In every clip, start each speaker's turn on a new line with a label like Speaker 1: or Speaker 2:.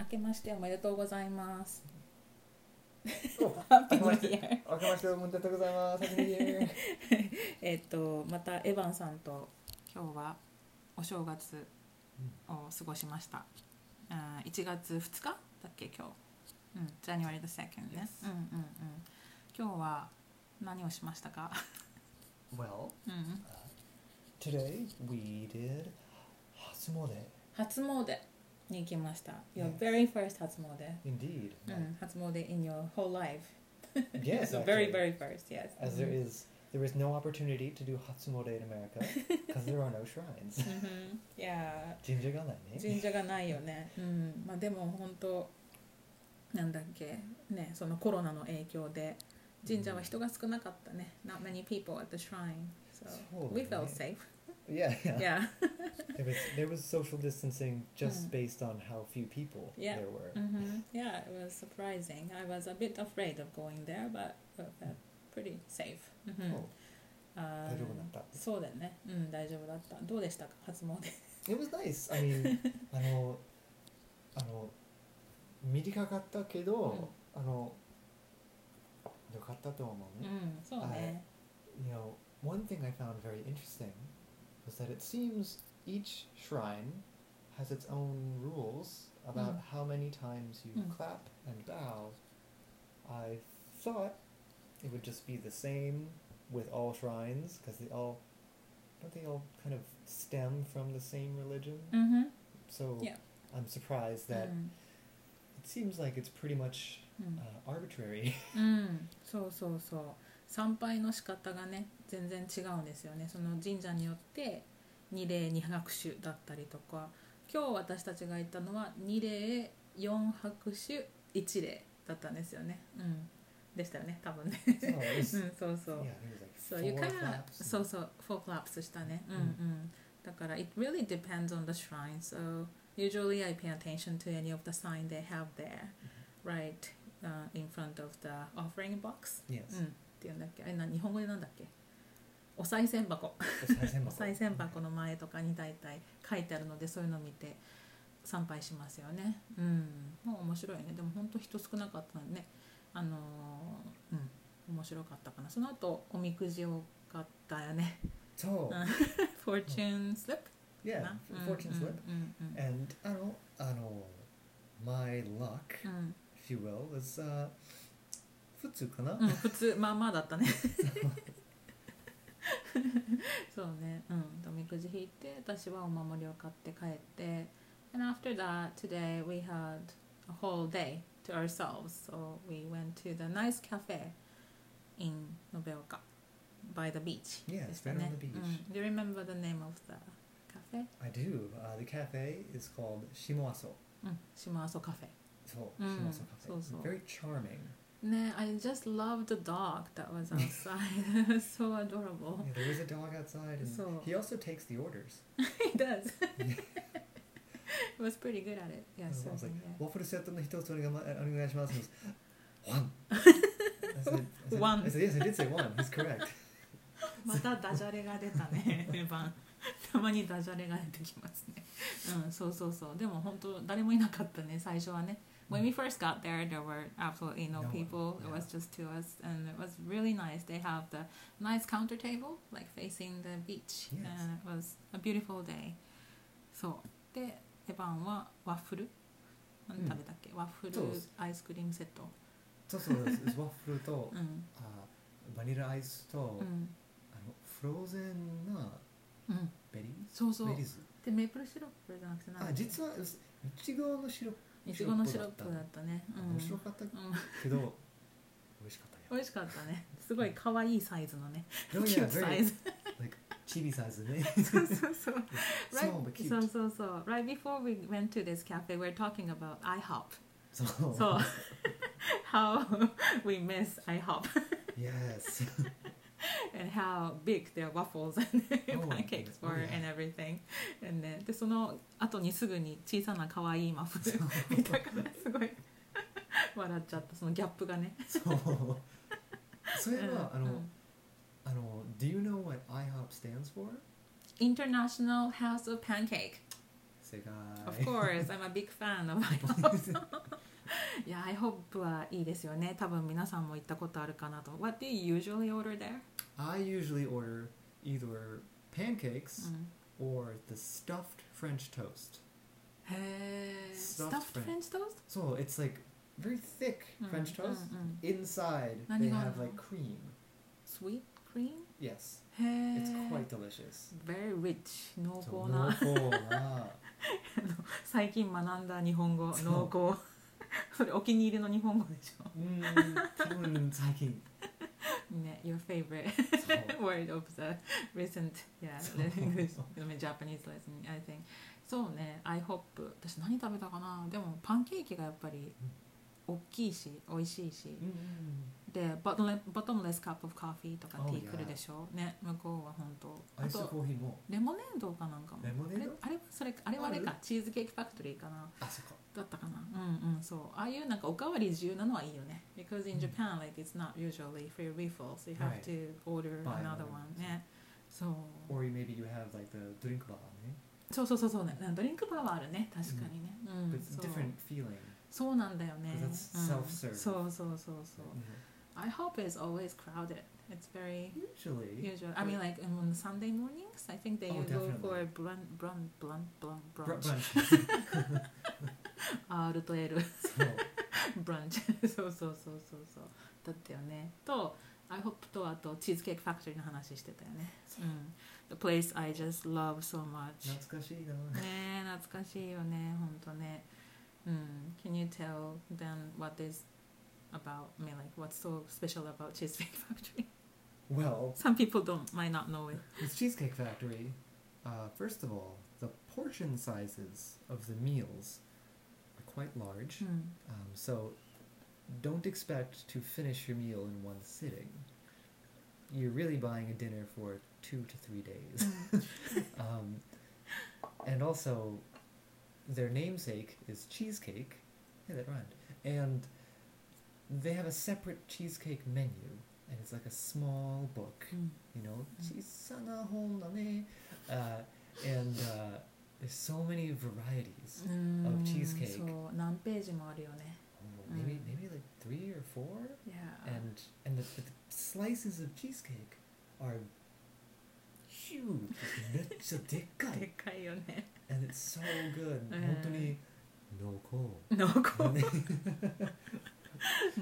Speaker 1: 明けましておめでとうございます。
Speaker 2: お
Speaker 1: ハッピーニ
Speaker 2: 明
Speaker 1: ュ
Speaker 2: け
Speaker 1: ーイヤー。
Speaker 2: ましておめでとうございます。ハッピーニューイヤー
Speaker 1: えっとまたエヴァンさんと今日はお正月を過ごしました。あー1月2日だっけ今日。うん、January the second ね。うんうんうん。今日は何をしましたか。
Speaker 2: Well,
Speaker 1: うん。
Speaker 2: today we did 初詣。
Speaker 1: 初詣に行きました。Your very first 初詣。
Speaker 2: Indeed.
Speaker 1: う
Speaker 2: Like,
Speaker 1: ん、初詣 in your whole life.
Speaker 2: yes.
Speaker 1: So Mm. very
Speaker 2: actually.
Speaker 1: very first, yes.
Speaker 2: As there is, there is no opportunity to do Hatsumode in America because there are no shrines.
Speaker 1: うん、いや
Speaker 2: 神社がないね。
Speaker 1: 神社がないよね、うんまあ、でも本当なんだっけねそのコロナの影響で神社は人が少なかったね、Not many people at the shrine so
Speaker 2: そうだね
Speaker 1: oh, we felt safe
Speaker 2: Yeah, yeah.
Speaker 1: yeah
Speaker 2: There was there was social distancing just
Speaker 1: Mm.
Speaker 2: based on how few people
Speaker 1: Yeah.
Speaker 2: there were.
Speaker 1: Mhm. yeah it was surprising I was a bit afraid of going there but but pretty safe うん
Speaker 2: お
Speaker 1: あー
Speaker 2: 大丈夫だった
Speaker 1: そうだよねうん大丈夫だったどうでしたか初詣
Speaker 2: It was nice. I mean, あの、あの、短かったけ
Speaker 1: Mm.
Speaker 2: ど、あの、よかったと思う
Speaker 1: う
Speaker 2: ね。
Speaker 1: んそうね
Speaker 2: You know, one thing I found very interesting was that it seems each shrine has its own rules about
Speaker 1: Mm.
Speaker 2: how many times you
Speaker 1: Mm.
Speaker 2: clap and bow. I thought it would just be the same with all shrines because they all don't they all kind of stem from the same religion.
Speaker 1: うんふん
Speaker 2: So
Speaker 1: Yeah. Mm.
Speaker 2: I'm surprised
Speaker 1: う
Speaker 2: that
Speaker 1: ん
Speaker 2: it seems like it's pretty much
Speaker 1: うん
Speaker 2: uh, arbitrary.
Speaker 1: うん、そうそうそう参拝の仕方がね全然違うんですよねその神社によって二礼二拍手だったりとか今日私たちが行ったのは二礼四拍手一礼だったんですよね、うん、でしたよね多分ね、
Speaker 2: so it
Speaker 1: う
Speaker 2: was,
Speaker 1: ん、そうそ
Speaker 2: yeah,
Speaker 1: う
Speaker 2: there
Speaker 1: そ
Speaker 2: was like
Speaker 1: う
Speaker 2: four Mm.
Speaker 1: いうから
Speaker 2: claps and-
Speaker 1: そうそうフォークラップスしたね、うんう
Speaker 2: うん
Speaker 1: ん、だから it really depends on the shrine so usually I pay attention to any of the sign they have there
Speaker 2: Mm-hmm.
Speaker 1: right、uh, in front of the offering box
Speaker 2: Yes.
Speaker 1: うんっていうんだっけあれな日本語でなんだっけお賽銭箱お賽銭箱の前とかに大体書いてあるのでそういうのを見て参拝しますよねうんもう面白いねでも本当人少なかったんでねあのーうん面白かったかなその後おみくじを買ったよね
Speaker 2: So,
Speaker 1: Uh, Mm, fortune slip か
Speaker 2: yeah,
Speaker 1: な
Speaker 2: f- fortune slip.
Speaker 1: うんうん
Speaker 2: And I don't, I don't, my luck,
Speaker 1: うん
Speaker 2: if you will, was uh, 普通かな?
Speaker 1: うんうん普通まあまあだ ったねそうねうんおみくじ引いて私はお守りを買って帰って and after that today we had a whole day to ourselves so we went to the nice cafe in Nobeoka by the beach で
Speaker 2: Yeah, it's
Speaker 1: した
Speaker 2: been on
Speaker 1: ね
Speaker 2: the beach.
Speaker 1: うん Mm. Do you remember the name of the cafe?
Speaker 2: I do. Uh, the cafe is called Shimoaso.
Speaker 1: うん島阿蘇カフェ
Speaker 2: So,
Speaker 1: Mm,
Speaker 2: Shimoaso Cafe.
Speaker 1: so, so.
Speaker 2: Very charming.
Speaker 1: ね I just love the dog that was outside so adorable
Speaker 2: Yeah, there is a dog outside, and
Speaker 1: Oh. So-
Speaker 2: he also takes the orders.
Speaker 1: He does. He was pretty good at it. Yeah,
Speaker 2: I was like,
Speaker 1: certainly. yeah.
Speaker 2: ワッフルセットの一つお願いまお願いします。One. I said, I said,
Speaker 1: One.
Speaker 2: I said, yes, I did say one. He's correct.
Speaker 1: またダジャレが出た ね、エヴァン。たまにダジャレが出てきますね。うん、そうそうそう。でも本当誰もいなかったね、最初はね。When we first got there, there were absolutely no
Speaker 2: No one,
Speaker 1: people. It
Speaker 2: yeah.
Speaker 1: was just two us, and it was really nice. They have the nice counter table, like facing the beach,
Speaker 2: Yes.
Speaker 1: and it was a beautiful day. そう。で、エヴァンはワッフル、何
Speaker 2: うん
Speaker 1: 食べたっけワッフル
Speaker 2: そうです
Speaker 1: アイスクリームセット。
Speaker 2: そうそうです。ワッフルと
Speaker 1: う、ん、
Speaker 2: あバニラアイスと、
Speaker 1: うん、
Speaker 2: あのフローゼンな
Speaker 1: うん。
Speaker 2: ベリー
Speaker 1: そうそう
Speaker 2: ベリーズ。
Speaker 1: でメープルシロップじゃなくて
Speaker 2: あ、実は、うすいちごのシロッ
Speaker 1: いちごのシロップだったね
Speaker 2: プ、
Speaker 1: うん
Speaker 2: 面白かった
Speaker 1: う
Speaker 2: けど、美味しか った
Speaker 1: ん、
Speaker 2: よ。
Speaker 1: 美味しかったねすごい可愛いサイズのね
Speaker 2: でもい
Speaker 1: キュー
Speaker 2: や、
Speaker 1: トサ
Speaker 2: very-
Speaker 1: イズ
Speaker 2: like, チビサイズ ね。
Speaker 1: そうそうそう
Speaker 2: Small but cute.
Speaker 1: そうそうそう right before we went to this cafe we're talking about IHOP
Speaker 2: そう。
Speaker 1: so how we miss IHOP
Speaker 2: Yes.
Speaker 1: and how big their waffles and
Speaker 2: Oh,
Speaker 1: pancakes
Speaker 2: oh,
Speaker 1: were
Speaker 2: yeah.
Speaker 1: and everything and then でその後にすぐに小さな可愛いマ フル見たからすごい笑っちゃったそのギャップがね
Speaker 2: そう。それは、あ
Speaker 1: う
Speaker 2: の
Speaker 1: ん、
Speaker 2: あの、Do you know what IHOP stands for?
Speaker 1: International House of Pancake
Speaker 2: Say guy.
Speaker 1: Of course, I'm a big fan of my house. いや、I hope はいいですよね。多分皆さんも行ったことあるかなと。What do you usually order there?
Speaker 2: I usually order either pancakes
Speaker 1: うん
Speaker 2: or the stuffed French toast.
Speaker 1: へえ。
Speaker 2: Stuffed
Speaker 1: Stuffed French toast?
Speaker 2: So it's like very thick
Speaker 1: Mm,
Speaker 2: French toast.
Speaker 1: mm, mm.
Speaker 2: Inside,
Speaker 1: Nani
Speaker 2: they have
Speaker 1: gono?
Speaker 2: like cream.
Speaker 1: Sweet cream?
Speaker 2: Yes,
Speaker 1: へえ。
Speaker 2: it's quite delicious.
Speaker 1: very rich 濃
Speaker 2: So
Speaker 1: 厚な
Speaker 2: 濃厚な。
Speaker 1: 最近学んだ日本語
Speaker 2: そう
Speaker 1: 濃厚 それお気に入りの日本語でしょ
Speaker 2: うん、多分最近。
Speaker 1: ね your favorite
Speaker 2: そ う
Speaker 1: word of the recent yeah
Speaker 2: そう
Speaker 1: language Japanese lesson I think そうね I hope 私何食べたかなでもパンケーキがやっぱり大きいし美味しいし
Speaker 2: うんうん
Speaker 1: でボトムボトムレスカップオブコーヒーとか
Speaker 2: Oh,
Speaker 1: ティ
Speaker 2: yeah.
Speaker 1: ー来るでしょね向こうは本当
Speaker 2: ア
Speaker 1: あ
Speaker 2: イス
Speaker 1: と
Speaker 2: コーヒーも。
Speaker 1: レモネードかなんかも
Speaker 2: レモネード
Speaker 1: あれあれはそれあれはあれ
Speaker 2: あ
Speaker 1: かチーズケーキファクトリーかな
Speaker 2: あそこ。
Speaker 1: だったかなうんうんそうああいうなんかおかわり自由なのはいいよね because
Speaker 2: うん
Speaker 1: in Japan like it's not usually free refill so you have
Speaker 2: Right.
Speaker 1: to order
Speaker 2: Buy
Speaker 1: another
Speaker 2: another one.
Speaker 1: one ねそう
Speaker 2: Or you- maybe you have like the drink bar eh?
Speaker 1: Mm,
Speaker 2: ね。
Speaker 1: そうそうそうそうねドリンクバーはあるね確かにねう
Speaker 2: But
Speaker 1: ん
Speaker 2: it's
Speaker 1: そう
Speaker 2: different feeling.
Speaker 1: そうなんだよね
Speaker 2: Because
Speaker 1: うん
Speaker 2: that's
Speaker 1: そう
Speaker 2: self-serve.
Speaker 1: そうそうそう
Speaker 2: Mm-hmm.
Speaker 1: I hope it's always crowded it's very
Speaker 2: Usually.
Speaker 1: usual I mean like on Sunday mornings I think they
Speaker 2: Oh,
Speaker 1: go
Speaker 2: definitely.
Speaker 1: for brunch brunch brunch brunch brunch
Speaker 2: Br- brunch.
Speaker 1: R と L
Speaker 2: So,
Speaker 1: ブランチ そうそうそうそうそうだったよねと I hope とあとチーズケーキファクトリーの話してたよねうん「The place I just love so much
Speaker 2: 懐かしいな。」
Speaker 1: ねえ懐かしいよねほんとねうん Can you tell them what is about me like what's so special about cheesecake factory
Speaker 2: Well,
Speaker 1: some people don't might not know it
Speaker 2: With Cheesecake Factory, uh, first of all, the portion sizes of the meals are quite large,
Speaker 1: うん、
Speaker 2: um, so don't expect to finish your meal in one sitting. You're really buying a dinner for two to three days. um, and also, their namesake is Cheesecake. Hey, that rhymed. And they have a separate cheesecake menu, and it's like a small book.
Speaker 1: うん、
Speaker 2: you know,
Speaker 1: Mm.
Speaker 2: "小さな本だね." uh, and uh, there's so many varieties.
Speaker 1: うん
Speaker 2: Of cheesecake.
Speaker 1: そう何ページもあるよね
Speaker 2: Oh, maybe
Speaker 1: Mm.
Speaker 2: maybe like three or four,
Speaker 1: Yeah
Speaker 2: and and the, but the slices of cheesecake are huge,
Speaker 1: で
Speaker 2: めっちゃでっかい。
Speaker 1: っかいよね
Speaker 2: and it's so good.
Speaker 1: うん。
Speaker 2: 本当に濃厚。
Speaker 1: 濃厚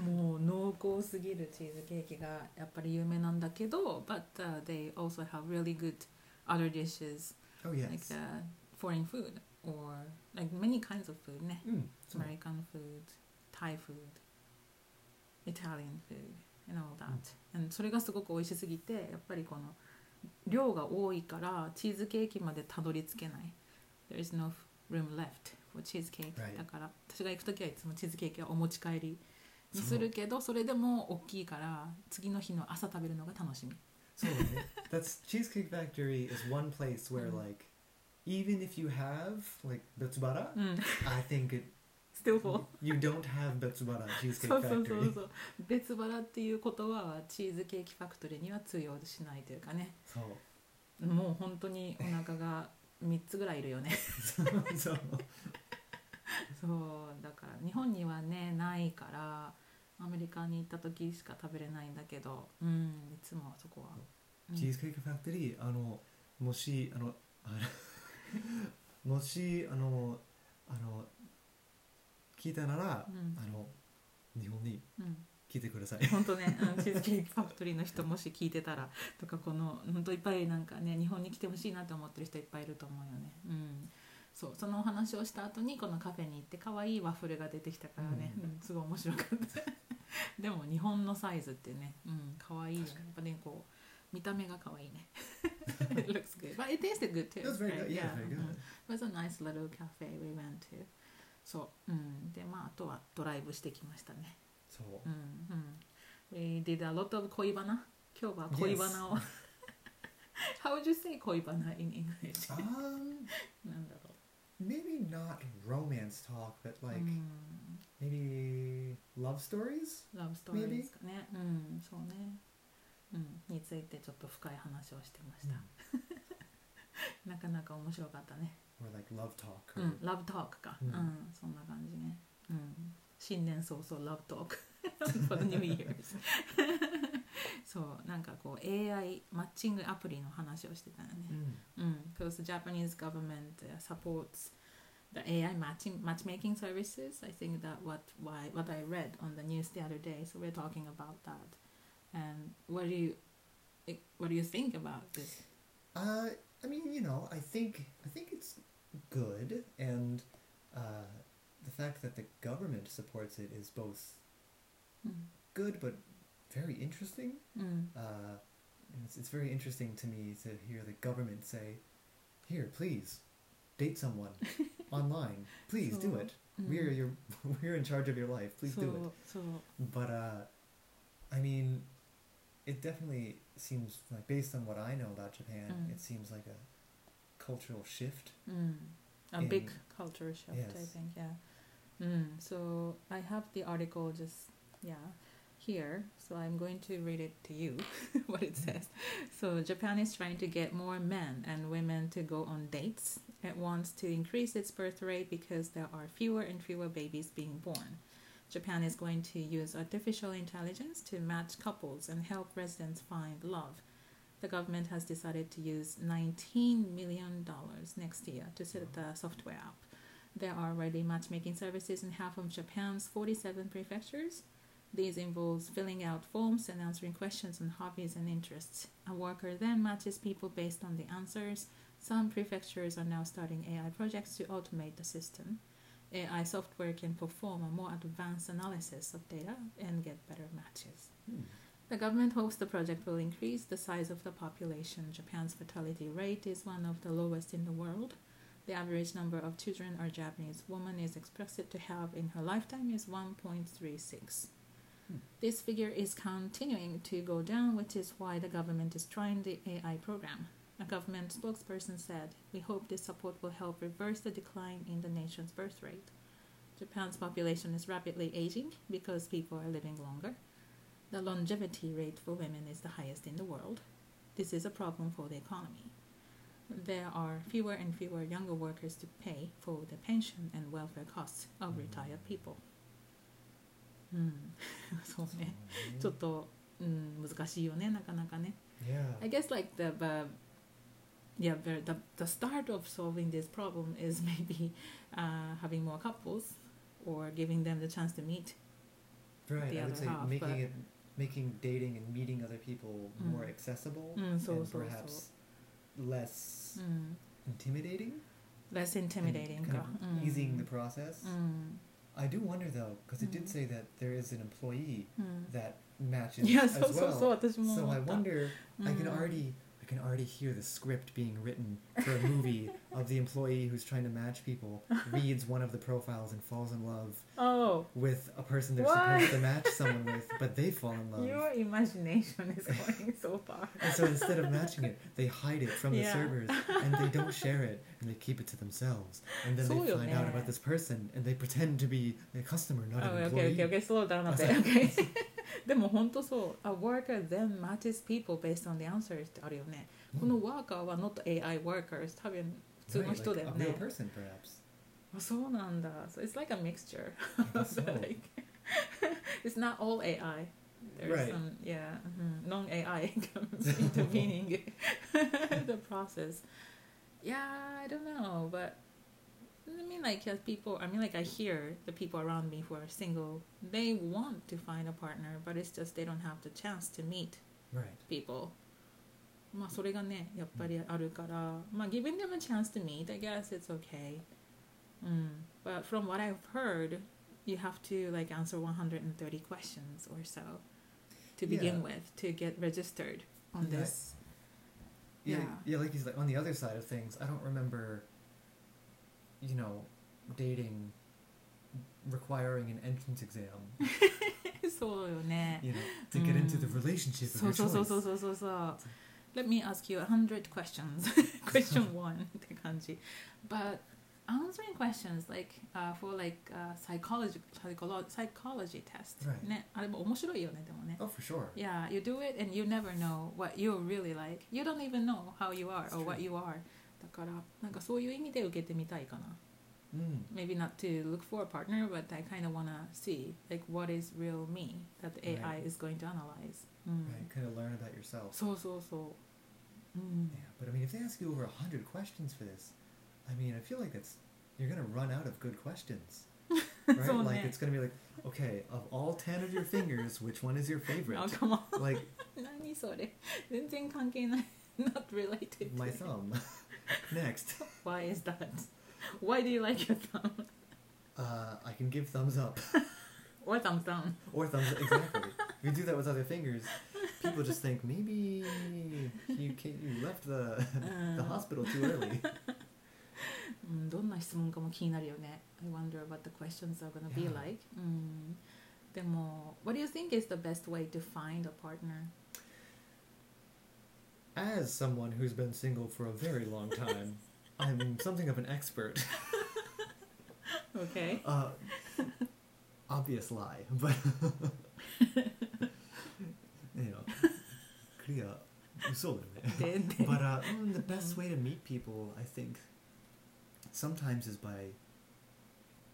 Speaker 1: もう濃厚すぎるチーズケーキがやっぱり有名なんだけど but、uh, they also have really good other dishes
Speaker 2: Oh
Speaker 1: like
Speaker 2: yes.
Speaker 1: the foreign food or like many kinds of food ね
Speaker 2: Mm, so-
Speaker 1: American food Thai food Italian food and all that、and それがすごく美味しすぎてやっぱりこの量が多いからチーズケーキまでたどり着けない There is no room left for cheesecake、
Speaker 2: Right.
Speaker 1: だから私が行く時はいつもチーズケーキはお持ち帰りにするけどそれでも大きいから次の日の朝食べるのが楽しみ
Speaker 2: So right? that's Cheesecake Factory is one place where
Speaker 1: Mm.
Speaker 2: like even if you have like Betsubara,
Speaker 1: うん
Speaker 2: I think it
Speaker 1: still full
Speaker 2: You don't have Betsubara Cheesecake
Speaker 1: そうそうそう
Speaker 2: Factory.
Speaker 1: そう別腹っていう言葉はチーズケーキファクトリーには通用しないというかね
Speaker 2: So,
Speaker 1: もう本当にお腹が3つぐらいいるよね
Speaker 2: so, so.
Speaker 1: そうだから日本にはねないからアメリカに行った時しか食べれないんだけどうんいつもそこは、うん、
Speaker 2: Cheesecake Factory あのもしあのあのもしあのあの聞いたなら、
Speaker 1: うん
Speaker 2: あの日本に
Speaker 1: うん
Speaker 2: 来てください。
Speaker 1: 本当ね、うん、チーズケーキファクトリーの人もし聞いてたらとかこの本当いっぱいなんかね日本に来てほしいなと思ってる人いっぱいいると思うよねうんそうそのお話をした後にこのカフェに行って可愛いワッフルが出てきたからね、
Speaker 2: う
Speaker 1: うんすごい面白かった でも日本のサイズってね、うん、可愛いよねやっぱねこう見た目が可愛い ね It looks good but it tasted good too
Speaker 2: That's very
Speaker 1: right?
Speaker 2: good. Yeah, very
Speaker 1: う
Speaker 2: good.
Speaker 1: ん It was a nice little cafe we went to そう、うん、でまああとはドライブしてきましたね
Speaker 2: そう
Speaker 1: うんうん。We did a lot of 恋バナ。今日は恋バナを。How would you say 恋バナ in English?
Speaker 2: Um,
Speaker 1: なんだろ
Speaker 2: maybe not romance talk, but
Speaker 1: う。
Speaker 2: like
Speaker 1: うん、
Speaker 2: maybe love stories.
Speaker 1: ラブストーリーですかね。うん、そうね。うん、についてちょっと深い話をしてました。なかなか面白かったね。
Speaker 2: or like love talk
Speaker 1: う
Speaker 2: or
Speaker 1: ん、ラブトークか、う
Speaker 2: うんん
Speaker 1: そんな感じね、うん、新年早々ラブトーク for the New Year's そうなんかこう AI マッチングアプリの話をしてたよね、う
Speaker 2: Mm.
Speaker 1: ん、because the Japanese government uh, supports the AI matching matchmaking services. I think that what why what I read on the news the other day. So we're talking about that. And what do you eh, what do you think about this?
Speaker 2: Uh, I mean, you know, I think I think it's good, and uh, the fact that the government supports it is both
Speaker 1: Mm.
Speaker 2: good but very interesting.
Speaker 1: Mm.
Speaker 2: Uh, and it's, it's very interesting to me to hear the government say, "Here, please, date someone online. Please do
Speaker 1: So,
Speaker 2: it.
Speaker 1: mm.
Speaker 2: We're your we're in charge of your life. Please
Speaker 1: so,
Speaker 2: do it."
Speaker 1: So
Speaker 2: But uh, I mean, it definitely seems like based on what I know about Japan,
Speaker 1: Mm.
Speaker 2: it seems like a cultural shift.
Speaker 1: mm, a
Speaker 2: in-
Speaker 1: big culture shift. I
Speaker 2: Yes.
Speaker 1: think yeah. Mm. So I have the article just yeah here. So I'm going to read it to you. what it says. So Japan is trying to get more men and women to go on dates. It wants to increase its birth rate because there are fewer and fewer babies being born. Japan is going to use artificial intelligence to match couples and help residents find love. The government has decided to use 19 million dollars next year to set the software up. There are already matchmaking services in half of Japan's 47 prefectures. These involves filling out forms and answering questions on hobbies and interests. A worker then matches people based on the answers. Some prefectures are now starting AI projects to automate the system. AI software can perform a more advanced analysis of data and get better matches. The government hopes the project will increase the size of the population. Japan's fertility rate is one of the lowest in the world. The average number of children a Japanese woman is expected to have in her lifetime is 1.36.
Speaker 2: Hmm.
Speaker 1: This figure is continuing to go down, which is why the government is trying the AI program. A government spokesperson said, We hope this support will help reverse the decline in the nation's birth rate. Japan's population is rapidly aging because people are living longer. The longevity rate for women is the highest in the world. This is a problem for the economy. There are fewer and fewer younger workers to pay for the pension and welfare costs of retired people. うん、そうね。ちょっと、うん、難しいよね、なかなかね。I
Speaker 2: Yeah.
Speaker 1: guess like the the yeah the the, the start of solving this problem is maybe uh, having more couples or giving them the chance to meet.
Speaker 2: Right.
Speaker 1: the
Speaker 2: I
Speaker 1: other
Speaker 2: would say
Speaker 1: half,
Speaker 2: making
Speaker 1: but-
Speaker 2: it making dating and meeting other people more
Speaker 1: Mm.
Speaker 2: accessible
Speaker 1: Mm, so- so-
Speaker 2: and
Speaker 1: so.
Speaker 2: perhaps less
Speaker 1: Mm.
Speaker 2: intimidating,
Speaker 1: Less
Speaker 2: and
Speaker 1: intimidating. Mm.
Speaker 2: kind of easing the
Speaker 1: か。
Speaker 2: process.
Speaker 1: うん。
Speaker 2: I do wonder though, because it
Speaker 1: Mm.
Speaker 2: did say that there is an employee
Speaker 1: うん。
Speaker 2: that matches
Speaker 1: いや、
Speaker 2: as
Speaker 1: そうそう
Speaker 2: well.
Speaker 1: そう、私も
Speaker 2: So
Speaker 1: 思
Speaker 2: I
Speaker 1: った。Mm.
Speaker 2: wonder. I can
Speaker 1: うん
Speaker 2: already I can already hear the script being written for a movie of the employee who's trying to match people reads one of the profiles and falls in love
Speaker 1: Oh,
Speaker 2: with a person they're
Speaker 1: Why?
Speaker 2: supposed to match someone with, but they fall in love.
Speaker 1: your imagination is going so far.
Speaker 2: And so instead of matching it, they hide it from the
Speaker 1: Yeah.
Speaker 2: servers and they don't share it and they keep it to themselves. And then they
Speaker 1: So
Speaker 2: find out
Speaker 1: yeah.
Speaker 2: about this person and they pretend to be a customer, not an
Speaker 1: Oh,
Speaker 2: employee.
Speaker 1: okay, okay, okay, slow down a bit. Okay. でも本当そう。A worker then matches people based on the answers ってあるよね。
Speaker 2: Mm.
Speaker 1: このワーカーは not AI workers 多分普通
Speaker 2: Right,
Speaker 1: の
Speaker 2: like
Speaker 1: 人だよ
Speaker 2: a real
Speaker 1: ね。
Speaker 2: person, perhaps.
Speaker 1: あそうなんだ。So it's like a mixture.
Speaker 2: I guess so.
Speaker 1: Like, it's not all AI. There's
Speaker 2: Right.
Speaker 1: some yeah mhm, non AI comes intervening the process. Yeah, I don't know, but I mean, like as people, I mean, like I hear the people around me who are single, they want to find a partner, but it's just they don't have the chance to meet
Speaker 2: Right.
Speaker 1: people. まあそれがねやっぱりあるから、まあ giving them a chance to meet I guess it's okay、うん、but from what I've heard you have to like answer 130 questions or so to begin
Speaker 2: Yeah.
Speaker 1: with to get registered on
Speaker 2: Yeah.
Speaker 1: this
Speaker 2: yeah,
Speaker 1: Yeah.
Speaker 2: yeah, like he's like on the other side of things. I don't remember, you know, dating requiring an entrance exam,
Speaker 1: そうよね
Speaker 2: you know, to get into the
Speaker 1: Mm.
Speaker 2: relationship. Of
Speaker 1: そう
Speaker 2: your
Speaker 1: そうそう
Speaker 2: choice.
Speaker 1: そうそうそうそう Let me ask you 100 questions Question 1 って感じ But answering questions like、uh, for like、uh, psychology, psycholo- psychology test、
Speaker 2: Right.
Speaker 1: ねあれも面白いよねでもね
Speaker 2: Oh, for sure.
Speaker 1: Yeah, you do it and you never know what you're really like. You don't even know how you are
Speaker 2: It's
Speaker 1: or what
Speaker 2: true.
Speaker 1: you are. だからなんかそういう意味で受けてみたいかな
Speaker 2: Mm.
Speaker 1: maybe not to look for a partner but I kind of wanna see like what is real me that the AI
Speaker 2: Right.
Speaker 1: is going to analyze、うん、Mm.
Speaker 2: Right, kind of learn about yourself.
Speaker 1: そうそうそううん、
Speaker 2: Yeah, but I mean, if they ask you over a hundred questions for this, I mean, I feel like that's you're gonna run out of good questions, right?
Speaker 1: So
Speaker 2: like
Speaker 1: mad.
Speaker 2: it's gonna be like, okay, of all ten of your fingers, which one is your favorite?
Speaker 1: あかま
Speaker 2: Like
Speaker 1: 何それ全然関係ない not related to
Speaker 2: my thumb. Next,
Speaker 1: why is that why do you like your thumb
Speaker 2: uh, I can give thumbs up
Speaker 1: or thumbs down
Speaker 2: or thumbs up. Exactly. If you do that with other fingers, people just think maybe you can you left the the
Speaker 1: Uh.
Speaker 2: hospital too early.
Speaker 1: うん、どんな質問かも気になるよね。I wonder what the questions are gonna be
Speaker 2: Yeah.
Speaker 1: like、うん。でも、What do you think is the best way to find a partner?
Speaker 2: As someone who's been single for a very long time, I'm something of an expert.
Speaker 1: Okay.
Speaker 2: Uh, obvious lie, but you know, clear. So,
Speaker 1: で、で
Speaker 2: but uh, mm, the best way to meet people, I think, sometimes is by,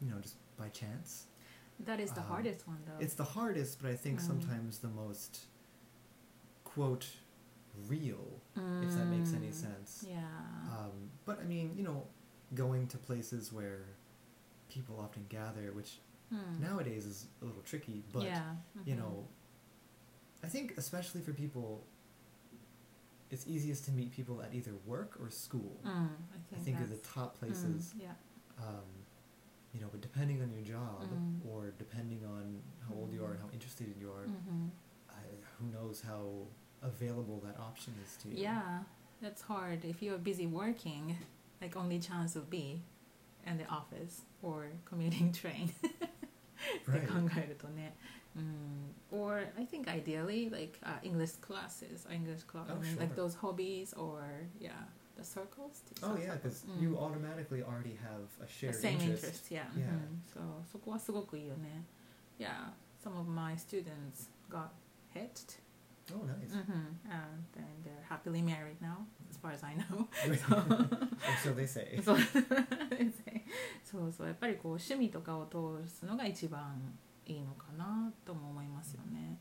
Speaker 2: you know, just by chance.
Speaker 1: That is the
Speaker 2: あ
Speaker 1: hardest one though.
Speaker 2: It's the hardest, but I think
Speaker 1: Mm.
Speaker 2: sometimes the most, quote, real,
Speaker 1: う
Speaker 2: if that makes
Speaker 1: ん
Speaker 2: any sense.
Speaker 1: Mm.
Speaker 2: Uh,
Speaker 1: Yeah.
Speaker 2: Um, but I mean, you know, going to places where people often gather, which
Speaker 1: うん。
Speaker 2: nowadays is a little tricky, but
Speaker 1: Mm. yeah. Mm-hmm.
Speaker 2: you know, I think especially for people, it's easiest to meet people at either work or school.
Speaker 1: うん。
Speaker 2: I think are the
Speaker 1: Mm, that's- Mm.
Speaker 2: top places.
Speaker 1: うん yeah.
Speaker 2: Um, you know, but depending on your job
Speaker 1: Mm.
Speaker 2: or depending on how old you are and how interested you are,
Speaker 1: うん
Speaker 2: I, who knows how available that option is to
Speaker 1: うん
Speaker 2: you?
Speaker 1: Yeah. That's hard. If you're busy working, like only chance would be in the office or commuting train. って
Speaker 2: right.
Speaker 1: 考えるとね。うん、or Mm, I think ideally like、uh, English classes, English class, I
Speaker 2: Oh,
Speaker 1: mean, like
Speaker 2: sure.
Speaker 1: those hobbies or yeah, the circles.
Speaker 2: Oh yeah, because
Speaker 1: Mm.
Speaker 2: you automatically already have a
Speaker 1: the
Speaker 2: shared
Speaker 1: same interest,
Speaker 2: interest.
Speaker 1: yeah.
Speaker 2: Yeah.
Speaker 1: うんそうそこはすごくいいよね。Yeah, some of my students got hitched,
Speaker 2: Oh, nice.
Speaker 1: Mhm. and then they're happily married now, as far as I know.
Speaker 2: or so they say.
Speaker 1: そうそうそうやっぱりこう趣味とかを通すのが一番いいのかなとも思いますよね。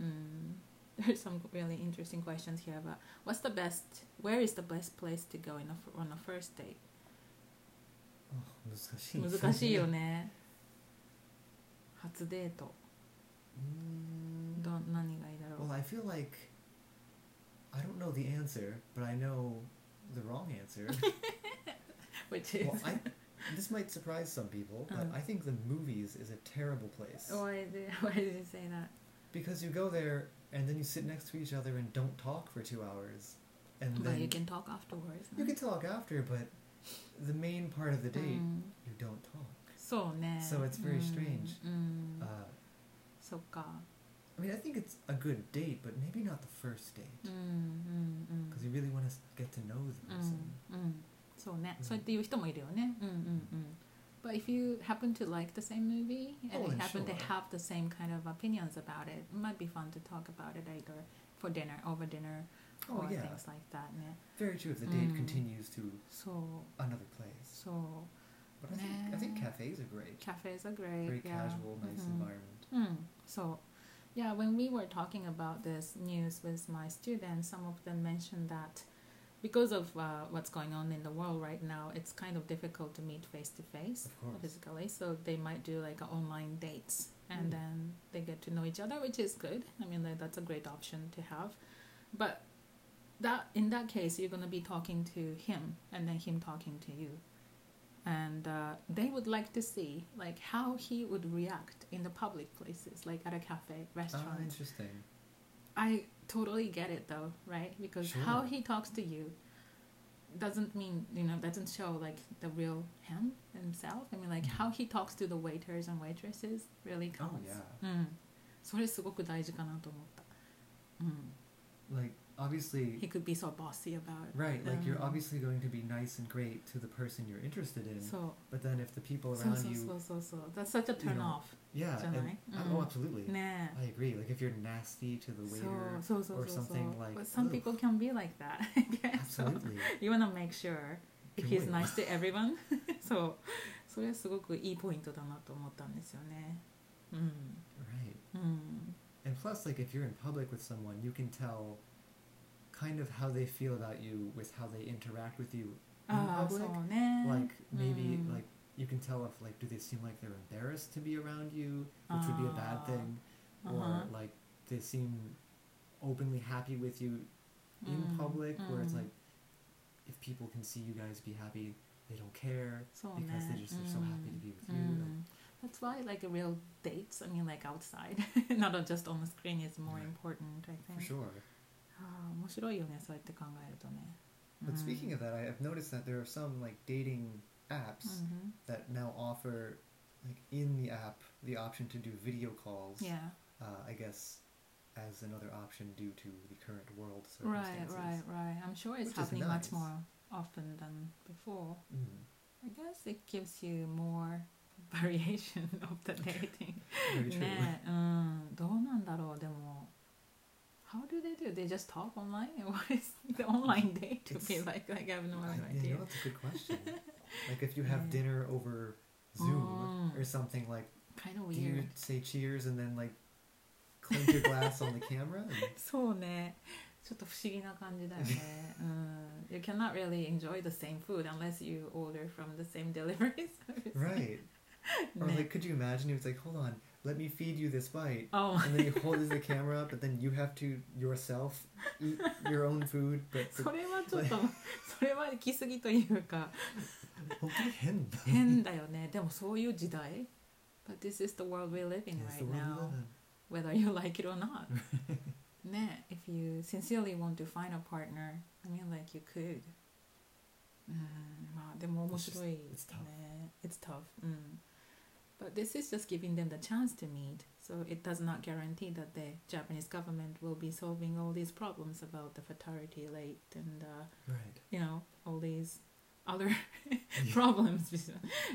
Speaker 1: うん。There's some really interesting questions here about what's the best, where is the best place to go in a, on a first date?
Speaker 2: あ難しい
Speaker 1: 難しいよね。初デート、
Speaker 2: うーん
Speaker 1: ど何がいいだろ
Speaker 2: Mm. Well, I feel like I don't know the answer, but I know the wrong answer.
Speaker 1: う ?Which
Speaker 2: well,
Speaker 1: is,
Speaker 2: I, this might surprise some people, but
Speaker 1: Um.
Speaker 2: I think the movies is a terrible place
Speaker 1: why did, why did you say that?
Speaker 2: because you go there and then you sit next to each other and don't talk for two hours, and
Speaker 1: But
Speaker 2: then
Speaker 1: you can talk afterwards.
Speaker 2: you can talk after, but the main part of the date
Speaker 1: うん、
Speaker 2: you don't talk.
Speaker 1: そうね。
Speaker 2: So it's very
Speaker 1: Mm.
Speaker 2: strange.
Speaker 1: うんうん
Speaker 2: Uh,
Speaker 1: そっか。
Speaker 2: I mean, I think it's a good date, but maybe not the first date
Speaker 1: うんうんうん。
Speaker 2: because you really want to get to know the
Speaker 1: Mm,
Speaker 2: person.
Speaker 1: うんうん、そうね、
Speaker 2: うん
Speaker 1: そうやって言う人もいるよね。うんうん
Speaker 2: Mm.
Speaker 1: うん。But mm. if you happen to like the same movie and
Speaker 2: Oh,
Speaker 1: you
Speaker 2: then
Speaker 1: happen to
Speaker 2: sure.
Speaker 1: have the same kind of opinions about it, it might be fun to talk about it later for dinner, over dinner,
Speaker 2: Oh,
Speaker 1: or
Speaker 2: yeah.
Speaker 1: things like that ね。
Speaker 2: Very true. If the date
Speaker 1: Mm.
Speaker 2: continues to
Speaker 1: そう、
Speaker 2: another place,
Speaker 1: そう。
Speaker 2: but I think I think
Speaker 1: Nah.
Speaker 2: cafes are great.
Speaker 1: Cafes are great.
Speaker 2: Very
Speaker 1: yeah. Mm-hmm.
Speaker 2: casual, nice
Speaker 1: うん
Speaker 2: environment.
Speaker 1: Mm, so, yeah, when we were talking about this news with my students, some of them mentioned that because of uh, what's going on in the world right now, it's kind of difficult to meet face to face
Speaker 2: Of course.
Speaker 1: physically. So they might do like a online dates, and
Speaker 2: Mm.
Speaker 1: then they get to know each other, which is good. I mean, like, that's a great option to have. But that in that case, you're gonna be talking to him, and then him talking to you and uh, they would like to see like how he would react in the public places like at a cafe
Speaker 2: Ah,
Speaker 1: restaurant
Speaker 2: interesting.
Speaker 1: i totally get it though right because how
Speaker 2: Sure.
Speaker 1: he talks to you doesn't mean you know doesn't show like the real him himself i mean like how he talks to the waiters and waitresses really
Speaker 2: Mm-hmm. Oh
Speaker 1: counts Mm. う
Speaker 2: yeah.
Speaker 1: んそれすごく大事かなと思った、うん、
Speaker 2: Like obviously,
Speaker 1: he could be so bossy about it
Speaker 2: right? Like you're
Speaker 1: Um,
Speaker 2: obviously going to be nice and great to the person you're interested in,
Speaker 1: そう
Speaker 2: but then if the people
Speaker 1: そう
Speaker 2: around
Speaker 1: そう
Speaker 2: you,
Speaker 1: そうそうそう that's such a turn
Speaker 2: You know,
Speaker 1: off
Speaker 2: yeah, and,
Speaker 1: Janai.
Speaker 2: oh,
Speaker 1: Mm.
Speaker 2: absolutely.
Speaker 1: ねえ
Speaker 2: I agree. Like if you're nasty to the waiter,
Speaker 1: そうそうそう
Speaker 2: or
Speaker 1: そうそう
Speaker 2: something like,
Speaker 1: But some
Speaker 2: "Ugh."
Speaker 1: people can be like that. I guess. So
Speaker 2: absolutely.
Speaker 1: you want to make sure if he's nice to everyone そうそれはすごくいいポイントだなと思ったんですよねうんう
Speaker 2: Right.
Speaker 1: ん
Speaker 2: And plus, like, if you're in public with someone, you can tell kind of how they feel about you with how they interact with you.
Speaker 1: ああ
Speaker 2: public?
Speaker 1: そうね
Speaker 2: Like, maybe,
Speaker 1: Mm.
Speaker 2: like, you can tell if, like, do they seem like they're embarrassed to be around you, which would be a
Speaker 1: Ah.
Speaker 2: bad thing,
Speaker 1: Uh-huh.
Speaker 2: or, like, they seem openly happy with you in
Speaker 1: Mm,
Speaker 2: public, where it's
Speaker 1: mm.
Speaker 2: like, if people can see you guys be happy, they don't care.
Speaker 1: そうね
Speaker 2: because they just are so happy
Speaker 1: mm-hmm.
Speaker 2: to be with you.
Speaker 1: うんうん That's why like a real dates I mean like outside not just on the screen is more
Speaker 2: Yeah.
Speaker 1: important I
Speaker 2: For
Speaker 1: think
Speaker 2: sure.
Speaker 1: ああ面白いよねそうやって考えるとね Mm.
Speaker 2: But speaking of that, I have noticed that there are some, like, dating apps.
Speaker 1: うん、
Speaker 2: that now offer like in the app the option to do video calls
Speaker 1: Yeah
Speaker 2: uh, i guess as another option due to the current world
Speaker 1: Right,
Speaker 2: circumstances
Speaker 1: right, right. I'm sure it's
Speaker 2: Which is
Speaker 1: happening much
Speaker 2: nice.
Speaker 1: more often than before.
Speaker 2: mm.
Speaker 1: I guess it gives you more variation of the dating.
Speaker 2: very true
Speaker 1: ねえ、うん、どうなんだろう。でも、how do they do? They just talk online? What is the online date to be
Speaker 2: It's-
Speaker 1: like? Like I have no
Speaker 2: I, yeah, you
Speaker 1: idea.
Speaker 2: know, that's a good question like if you have
Speaker 1: Yeah.
Speaker 2: dinner over zoom
Speaker 1: Mm.
Speaker 2: or something like
Speaker 1: Kind of
Speaker 2: do you
Speaker 1: weird.
Speaker 2: say cheers and then like clink your glass on the camera and
Speaker 1: そうね。ちょっと不思議な感じだよね。 うん。You cannot really enjoy the same food unless you order from the same delivery service.
Speaker 2: right or
Speaker 1: ね
Speaker 2: like could you imagine it was like hold on let me feed you this bite
Speaker 1: Oh.
Speaker 2: and then he holds the camera up, but then you have to yourself eat your own food. But
Speaker 1: それはちょっと それは行き過ぎというか
Speaker 2: hen.
Speaker 1: 変だよねでもそういう時代 But this is the world we live in right now whether you like it or not ね if you sincerely want to find a partner I mean like you could うんまあでも面白い
Speaker 2: It's tough.
Speaker 1: ね It's tough うん But this is just giving them the chance to meet so it does not guarantee that the Japanese government will be solving all these problems about the fatality rate and uh,
Speaker 2: Right.
Speaker 1: you know all these other problems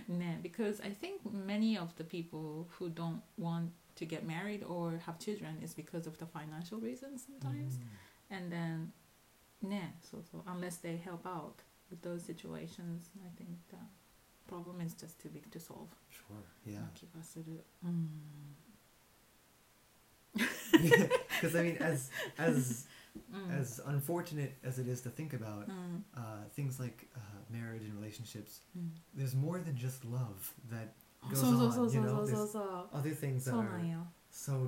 Speaker 1: Nah, because i think many of the people who don't want to get married or have children is because of the financial reasons sometimes
Speaker 2: Mm, Mm-hmm.
Speaker 1: and then nah, so, so unless they help out with those situations i think the problem is just too big to solve
Speaker 2: Sure. Yeah.
Speaker 1: な気がするうん
Speaker 2: Because I mean, as as
Speaker 1: うん
Speaker 2: as unfortunate as it is to think about,
Speaker 1: うん、
Speaker 2: uh, things like uh, marriage and relationships,
Speaker 1: うん、
Speaker 2: there's more than just love. That
Speaker 1: あ
Speaker 2: goes
Speaker 1: そうそうそう
Speaker 2: on,
Speaker 1: そ
Speaker 2: you
Speaker 1: う
Speaker 2: know,
Speaker 1: そう
Speaker 2: there's
Speaker 1: そう
Speaker 2: other things that
Speaker 1: そうなん
Speaker 2: are
Speaker 1: よ
Speaker 2: so
Speaker 1: そう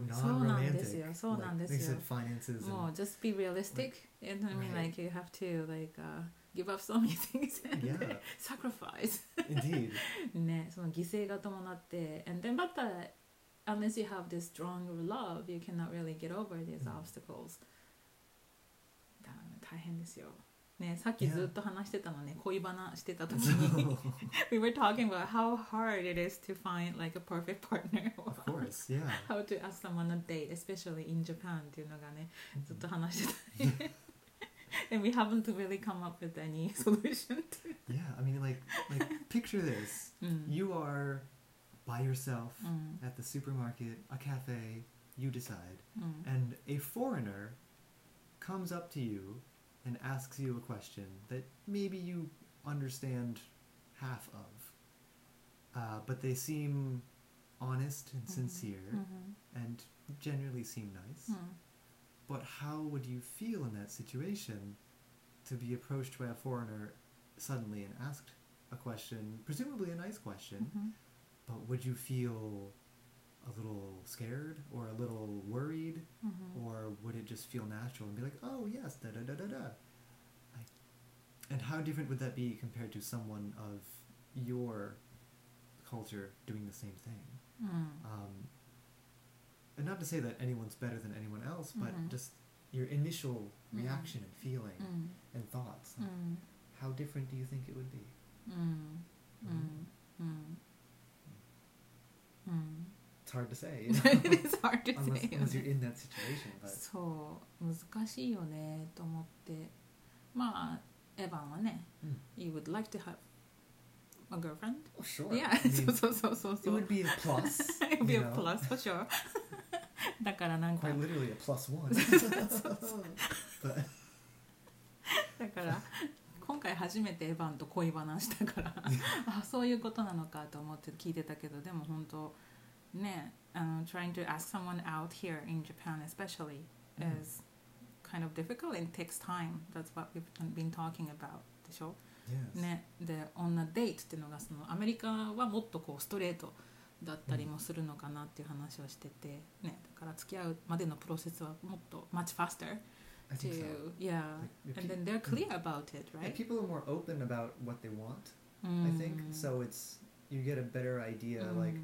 Speaker 1: なんですよ
Speaker 2: non-romantic.
Speaker 1: そうなん
Speaker 2: like
Speaker 1: で
Speaker 2: they
Speaker 1: すよ
Speaker 2: said finances and
Speaker 1: もう just be realistic and I mean
Speaker 2: Right.
Speaker 1: like you have to like、uh, give up so many things and
Speaker 2: Yeah.
Speaker 1: sacrifice
Speaker 2: indeed.
Speaker 1: ねその犠牲が伴って and then but the, unless you have this strong love you cannot really get over these
Speaker 2: うん
Speaker 1: obstacles だ大変ですよねさっき
Speaker 2: Yeah.
Speaker 1: ずっと話してたのね恋バナしてた時 に we were talking about how hard it is to find like a perfect partner or
Speaker 2: of course, yeah.
Speaker 1: how to ask someone on a date especially in Japan っていうのがねずっと話してた and we haven't really come up with any solution to
Speaker 2: Yeah, I mean, like, like picture this:
Speaker 1: うん
Speaker 2: you are by yourself
Speaker 1: うん
Speaker 2: at the supermarket, a cafe. You decide,
Speaker 1: うん
Speaker 2: and a foreigner comes up to you and asks you a question that maybe you understand half of, uh, but they seem honest and
Speaker 1: Mhm.
Speaker 2: sincere
Speaker 1: うん
Speaker 2: and generally seem nice.
Speaker 1: うん
Speaker 2: But how would you feel in that situation to be approached by a foreigner suddenly and asked a question, presumably a nice question,
Speaker 1: うん
Speaker 2: but would you feel a little scared or a little worried,
Speaker 1: うん
Speaker 2: or would it just feel natural and be like, oh yes, da da da da da? Like, and how different would that be compared to someone of your culture doing the same thing?
Speaker 1: うん
Speaker 2: um, and not to say that anyone's better than anyone else, but
Speaker 1: Mhm.
Speaker 2: just your initial
Speaker 1: Mhm.
Speaker 2: reaction and feeling
Speaker 1: うん
Speaker 2: and thoughts.
Speaker 1: うん
Speaker 2: How different do you think it would be?
Speaker 1: うんうんうん
Speaker 2: It's hard to say,
Speaker 1: う
Speaker 2: you
Speaker 1: ん
Speaker 2: know,
Speaker 1: It's hard to say
Speaker 2: unless,
Speaker 1: よ
Speaker 2: unless you're
Speaker 1: ね
Speaker 2: in that situation. But
Speaker 1: そう難しいよねと思ってまあエヴァンはね、
Speaker 2: うん
Speaker 1: You would like to have a girlfriend?
Speaker 2: oh, sure,
Speaker 1: Yeah,
Speaker 2: I mean,
Speaker 1: そうそうそうそう
Speaker 2: it
Speaker 1: そう
Speaker 2: would be a plus.
Speaker 1: It would be
Speaker 2: you
Speaker 1: a
Speaker 2: know,
Speaker 1: plus for sure だからなんか
Speaker 2: Quite literally a plus one.
Speaker 1: だから今回初めてエヴァンと恋話したから あそういうことなのかと思って聞いてたけどでも本当ねあの trying to ask someone out here in Japan especially is kind of difficult and takes time that's what we've been talking about でしょ
Speaker 2: Yes.
Speaker 1: ね、で女デートっていうのがそのアメリカはもっとこうストレートだったりもするのかなっていう話をしてて、ね、だから付き合うまでのプロセスはもっと much faster
Speaker 2: I
Speaker 1: って
Speaker 2: think
Speaker 1: い
Speaker 2: so.
Speaker 1: う yeah
Speaker 2: Like,
Speaker 1: and then
Speaker 2: if
Speaker 1: they're clear about it
Speaker 2: pe- and
Speaker 1: right Mm.
Speaker 2: people are more open about what they want,
Speaker 1: うん
Speaker 2: I think. So it's you get a better idea
Speaker 1: うん
Speaker 2: like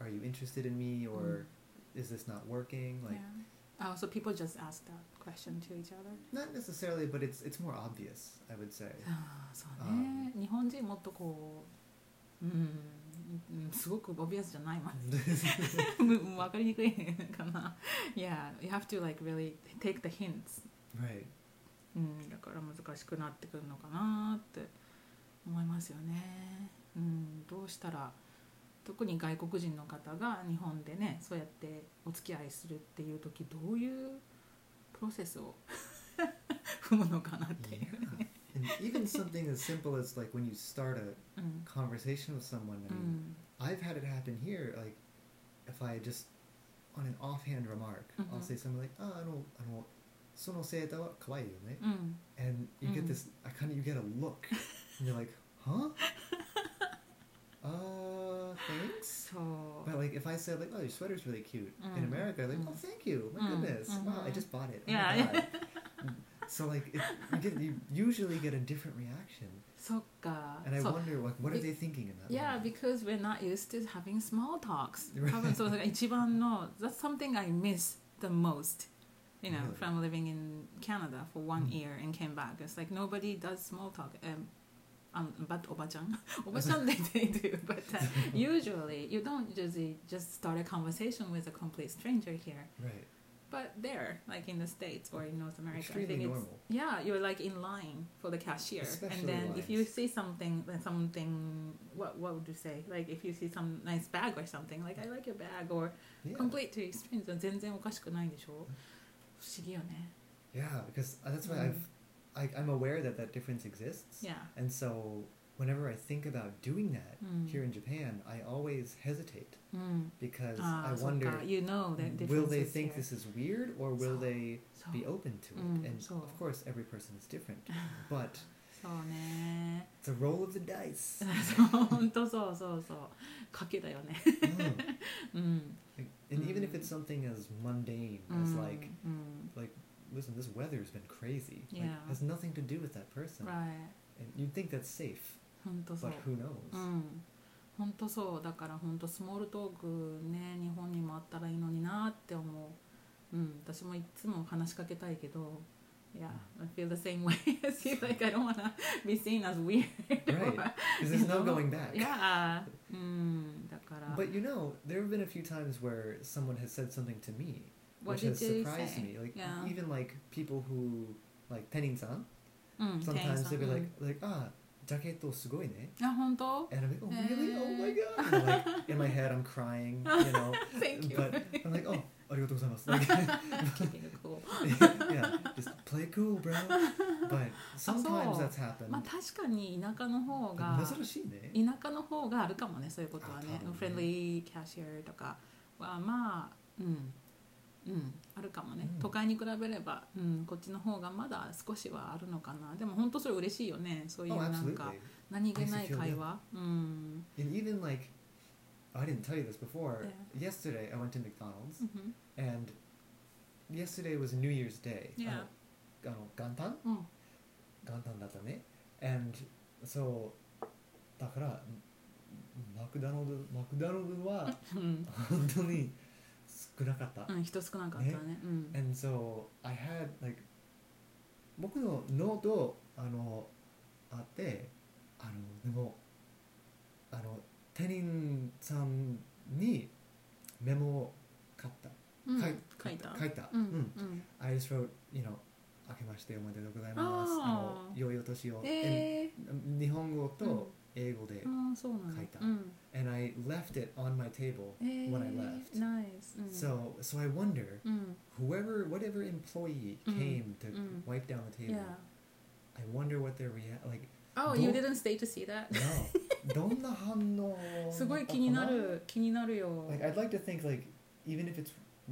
Speaker 2: are you interested in me
Speaker 1: Mm.
Speaker 2: or is this not working? Like
Speaker 1: yeah. oh, so people just ask that question to each other
Speaker 2: not necessarily, but it's it's more obvious, I would say.
Speaker 1: ああそうね日本人もっとこううんうんすごくオビアスじゃないまでむ 分かりにくいかな Yeah you have to like really take the hints
Speaker 2: Right.
Speaker 1: うんだから難しくなってくるのかなって思いますよねうんどうしたら特に外国人の方が日本でねそうやってお付き合いするっていう時どういうプロセスを 踏むのかなってい
Speaker 2: Yeah.
Speaker 1: う、
Speaker 2: and even something as simple as like when you start a
Speaker 1: うん、
Speaker 2: conversation with someone, I
Speaker 1: う
Speaker 2: mean,
Speaker 1: ん
Speaker 2: I've had it happen here. Like, if I just on an offhand remark, I'll
Speaker 1: Mhm.
Speaker 2: say something like, "Ah, I don't, I don't." そのセーターは可愛いよね。
Speaker 1: うん
Speaker 2: And you get
Speaker 1: Mhm.
Speaker 2: this, I kind of, you get a look, and you're like, "Huh? uh, thanks."
Speaker 1: そう。
Speaker 2: But like, if I said like, "Oh, your sweater's really cute," in
Speaker 1: Mm.
Speaker 2: America, like, "Oh,
Speaker 1: Mm.
Speaker 2: thank you. My
Speaker 1: Mm.
Speaker 2: goodness. Wow, I
Speaker 1: Mhm.
Speaker 2: just bought it. Oh
Speaker 1: Yeah.
Speaker 2: My God. Mm. so like, it, you get you usually get a different reaction,
Speaker 1: そっか。
Speaker 2: and I
Speaker 1: そう
Speaker 2: wonder like, what are
Speaker 1: Be-
Speaker 2: they thinking in that?
Speaker 1: Yeah,
Speaker 2: moment?
Speaker 1: because we're not used to having small talks.
Speaker 2: Right.
Speaker 1: 多分そうだから一番の That's something I miss the most. You know,
Speaker 2: Really?
Speaker 1: from living in Canada for one
Speaker 2: Mm.
Speaker 1: year and came back. It's like nobody does small talk. Um, um, but おばちゃ んおばちゃん they, they do. But、uh, usually you don't usually just start a conversation with a complete stranger here.
Speaker 2: right.
Speaker 1: But there, like in the States or in North America, I
Speaker 2: Extremely
Speaker 1: think it's
Speaker 2: normal.
Speaker 1: yeah, you're like in line for the cashier,
Speaker 2: Especially
Speaker 1: and then if you
Speaker 2: lines.
Speaker 1: see something, then something, what what would you say? Like if you see some nice bag or something, like I like your bag or
Speaker 2: Yeah.
Speaker 1: complete to stranger, 全然おかしくないでしょ。不思議よね。
Speaker 2: Yeah, because uh, that's why I've, I, I'm aware that that difference exists.
Speaker 1: Mm. Yeah.
Speaker 2: And so whenever I think about doing that
Speaker 1: Mm.
Speaker 2: here in Japan, I always hesitate
Speaker 1: うん。
Speaker 2: because
Speaker 1: あ
Speaker 2: I
Speaker 1: あ、そっ
Speaker 2: wonder,
Speaker 1: か。You Ah, know that difference.
Speaker 2: will they
Speaker 1: is
Speaker 2: think
Speaker 1: there.
Speaker 2: this is weird or will
Speaker 1: So-
Speaker 2: they
Speaker 1: そう
Speaker 2: be open to it?
Speaker 1: Mm,
Speaker 2: and
Speaker 1: so-
Speaker 2: of course, every person is different. but
Speaker 1: そう ね。
Speaker 2: it's a roll of the dice. Oh.
Speaker 1: そう本当そうそうそう。賭けだよ ね。
Speaker 2: Mm.
Speaker 1: うん。
Speaker 2: Like, And even if
Speaker 1: Mm.
Speaker 2: it's something as mundane
Speaker 1: Hmm.
Speaker 2: as like,
Speaker 1: うん。
Speaker 2: listen, this weather's been crazy. Like,
Speaker 1: Yeah.
Speaker 2: has nothing to do with that
Speaker 1: Right.
Speaker 2: person.
Speaker 1: Hmm,
Speaker 2: And you'd think that's safe,
Speaker 1: 本当そ
Speaker 2: but
Speaker 1: う。
Speaker 2: who knows?
Speaker 1: うん本当そうだから本当スモールトークね日本にもあったらいいのになって思う、うん、私もいつも話しかけたいけど Yeah, I feel the same way as you. Like, I don't want to be seen as weird.
Speaker 2: Right. Because there's no going back.
Speaker 1: yeah. うん、だから。
Speaker 2: But you know, there have been a few times where someone has said something to me,
Speaker 1: What
Speaker 2: which has
Speaker 1: did you
Speaker 2: surprised
Speaker 1: say?
Speaker 2: me. Like
Speaker 1: Yeah.
Speaker 2: even like people who like Penning san
Speaker 1: うん、店
Speaker 2: sometimes they'll be
Speaker 1: 員さん
Speaker 2: like like ah jaketo sugoi ne,
Speaker 1: うんあ、本 当
Speaker 2: and I'm like oh really oh my
Speaker 1: Eh.
Speaker 2: god. And, like in my head I'm crying, you know.
Speaker 1: Thank you.
Speaker 2: But I'm like oh. arigatou gozaimasu." Like,
Speaker 1: Keeping it cool.
Speaker 2: yeah, just play cool, bro. But sometimes that's
Speaker 1: まあ
Speaker 2: happened.
Speaker 1: 確かに田舎の方が。
Speaker 2: 珍しいね。
Speaker 1: 田舎の方があるかもねそういうことはね
Speaker 2: あ多分ね
Speaker 1: フレンドリーキャッシュとかはまあうんうんあるかもね、
Speaker 2: うん
Speaker 1: 都会に比べれば、うん、こっちの方がまだ少しはあるのかなでも本当それ嬉しいよねそういう
Speaker 2: Oh,
Speaker 1: なんか
Speaker 2: absolutely.
Speaker 1: 何気ない
Speaker 2: Makes you feel
Speaker 1: 会話うん
Speaker 2: And even like, I didn't tell you this before.
Speaker 1: Yeah. Mm.
Speaker 2: Yesterday, I went to McDonald's,
Speaker 1: うん
Speaker 2: and yesterday was New Year's Day. Uh,
Speaker 1: Yeah.
Speaker 2: あの、あの、元旦？
Speaker 1: うん
Speaker 2: 元旦だったね。And so, だから、マクドナルド、マクドナルドは
Speaker 1: うん
Speaker 2: 本当に少なかった。
Speaker 1: うん人少なかったねうん
Speaker 2: And so, I had like, 僕の脳と、あの、あって、あの、でも、あの、店員さんにメモを買った。
Speaker 1: うん
Speaker 2: 書い
Speaker 1: 書いた
Speaker 2: 書いた。
Speaker 1: う
Speaker 2: うん
Speaker 1: んうん
Speaker 2: I just wrote, you know, 明けましておめでとうございます。
Speaker 1: あー
Speaker 2: あの良いお年を。
Speaker 1: え
Speaker 2: And- 日本語と英語
Speaker 1: ー、。
Speaker 2: で
Speaker 1: ああそうなんだ
Speaker 2: 書いた
Speaker 1: うん
Speaker 2: And I left it on my table
Speaker 1: えー
Speaker 2: when I left.
Speaker 1: nice うん
Speaker 2: So, so I wonder
Speaker 1: うん
Speaker 2: whoever, whatever employee
Speaker 1: Mm,
Speaker 2: came to
Speaker 1: mm.
Speaker 2: wipe down the table,
Speaker 1: yeah
Speaker 2: I I wonder what their react like
Speaker 1: Oh, you didn't stay to see that?
Speaker 2: なあどんな反応
Speaker 1: すごい気になる気になるよ。
Speaker 2: Uh-huh. Like I'd like to think like even if it's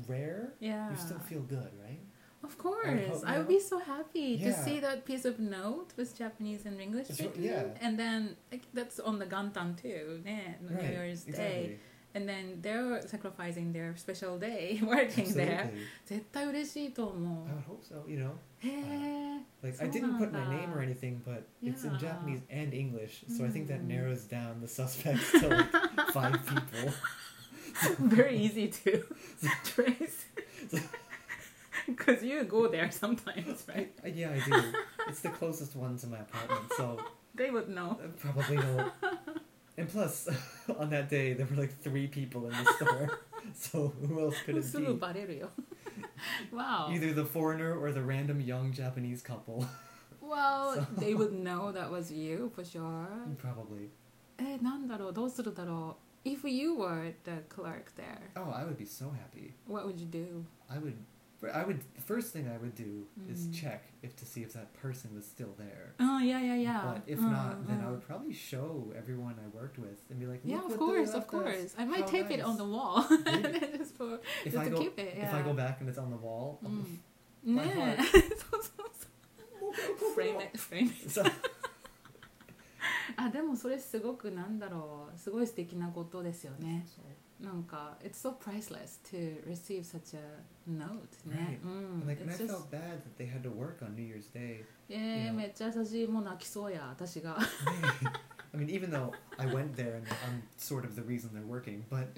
Speaker 2: rare,
Speaker 1: Yeah.
Speaker 2: you still feel good, right?
Speaker 1: Of course,
Speaker 2: hope
Speaker 1: I would
Speaker 2: not.
Speaker 1: be so happy to
Speaker 2: Yeah.
Speaker 1: see that piece of note with Japanese and English
Speaker 2: That's right,
Speaker 1: written,
Speaker 2: yeah.
Speaker 1: and then like, that's on the Gantan too, yeah, New
Speaker 2: right.
Speaker 1: Year's Day,
Speaker 2: exactly.
Speaker 1: and then they're sacrificing their special day working there.
Speaker 2: Absolutely. Oh.
Speaker 1: 絶対嬉しいと思
Speaker 2: I would hope so, you know.
Speaker 1: う。へえ。
Speaker 2: Like I didn't put my name
Speaker 1: そうなん
Speaker 2: or
Speaker 1: だ。
Speaker 2: anything, but it's in
Speaker 1: Yeah.
Speaker 2: Japanese and English, so I think that
Speaker 1: Mm.
Speaker 2: narrows down the suspects to like five people. Uh-huh.
Speaker 1: Very easy to trace. Because you go there sometimes, right?
Speaker 2: Uh, yeah, I do. It's the closest one to my apartment, so
Speaker 1: They would know.
Speaker 2: uh, probably not. And plus, on that day there were like three people in the store, so who else could it
Speaker 1: すぐ
Speaker 2: be?
Speaker 1: バレる よ。wow.
Speaker 2: Either the foreigner or the random young Japanese couple,
Speaker 1: Well,
Speaker 2: So-
Speaker 1: they would know that was you for sure.
Speaker 2: probably.
Speaker 1: えー、なんだろうどうするだろう If you were the clerk there,
Speaker 2: Oh, I would be so happy.
Speaker 1: what would you do?
Speaker 2: I would. I would. The first thing I would do is
Speaker 1: Mm.
Speaker 2: check if to see if that person was still there.
Speaker 1: Oh, yeah, yeah, yeah. Uh-huh.
Speaker 2: But if
Speaker 1: うん
Speaker 2: not, then I
Speaker 1: うん
Speaker 2: would probably show everyone I worked with and be like,
Speaker 1: Yeah,
Speaker 2: "Look
Speaker 1: of
Speaker 2: what
Speaker 1: course,
Speaker 2: they
Speaker 1: of
Speaker 2: left us.
Speaker 1: course. I might
Speaker 2: How
Speaker 1: tape it
Speaker 2: nice."
Speaker 1: on the wall.
Speaker 2: Really?
Speaker 1: just for,
Speaker 2: If
Speaker 1: just
Speaker 2: I
Speaker 1: to
Speaker 2: go,
Speaker 1: keep it.
Speaker 2: if I
Speaker 1: yeah.
Speaker 2: go
Speaker 1: Mm.
Speaker 2: back and it's on the wall,
Speaker 1: う
Speaker 2: I'll
Speaker 1: ん
Speaker 2: My
Speaker 1: ね えそうそうそう frame it frame it Ah,
Speaker 2: so,
Speaker 1: あでもそれすごくなんだろうすごい素敵なことですよねなんか it's so priceless to receive such a note ね、
Speaker 2: Right.
Speaker 1: うん
Speaker 2: And like, and I
Speaker 1: Mm, It's just-
Speaker 2: felt bad that they had to work on New Year's Day.
Speaker 1: えー
Speaker 2: Yeah.
Speaker 1: めっちゃ優しいもう泣きそうや私 が
Speaker 2: I mean, even though I went there and I'm sort of the reason they're working, but,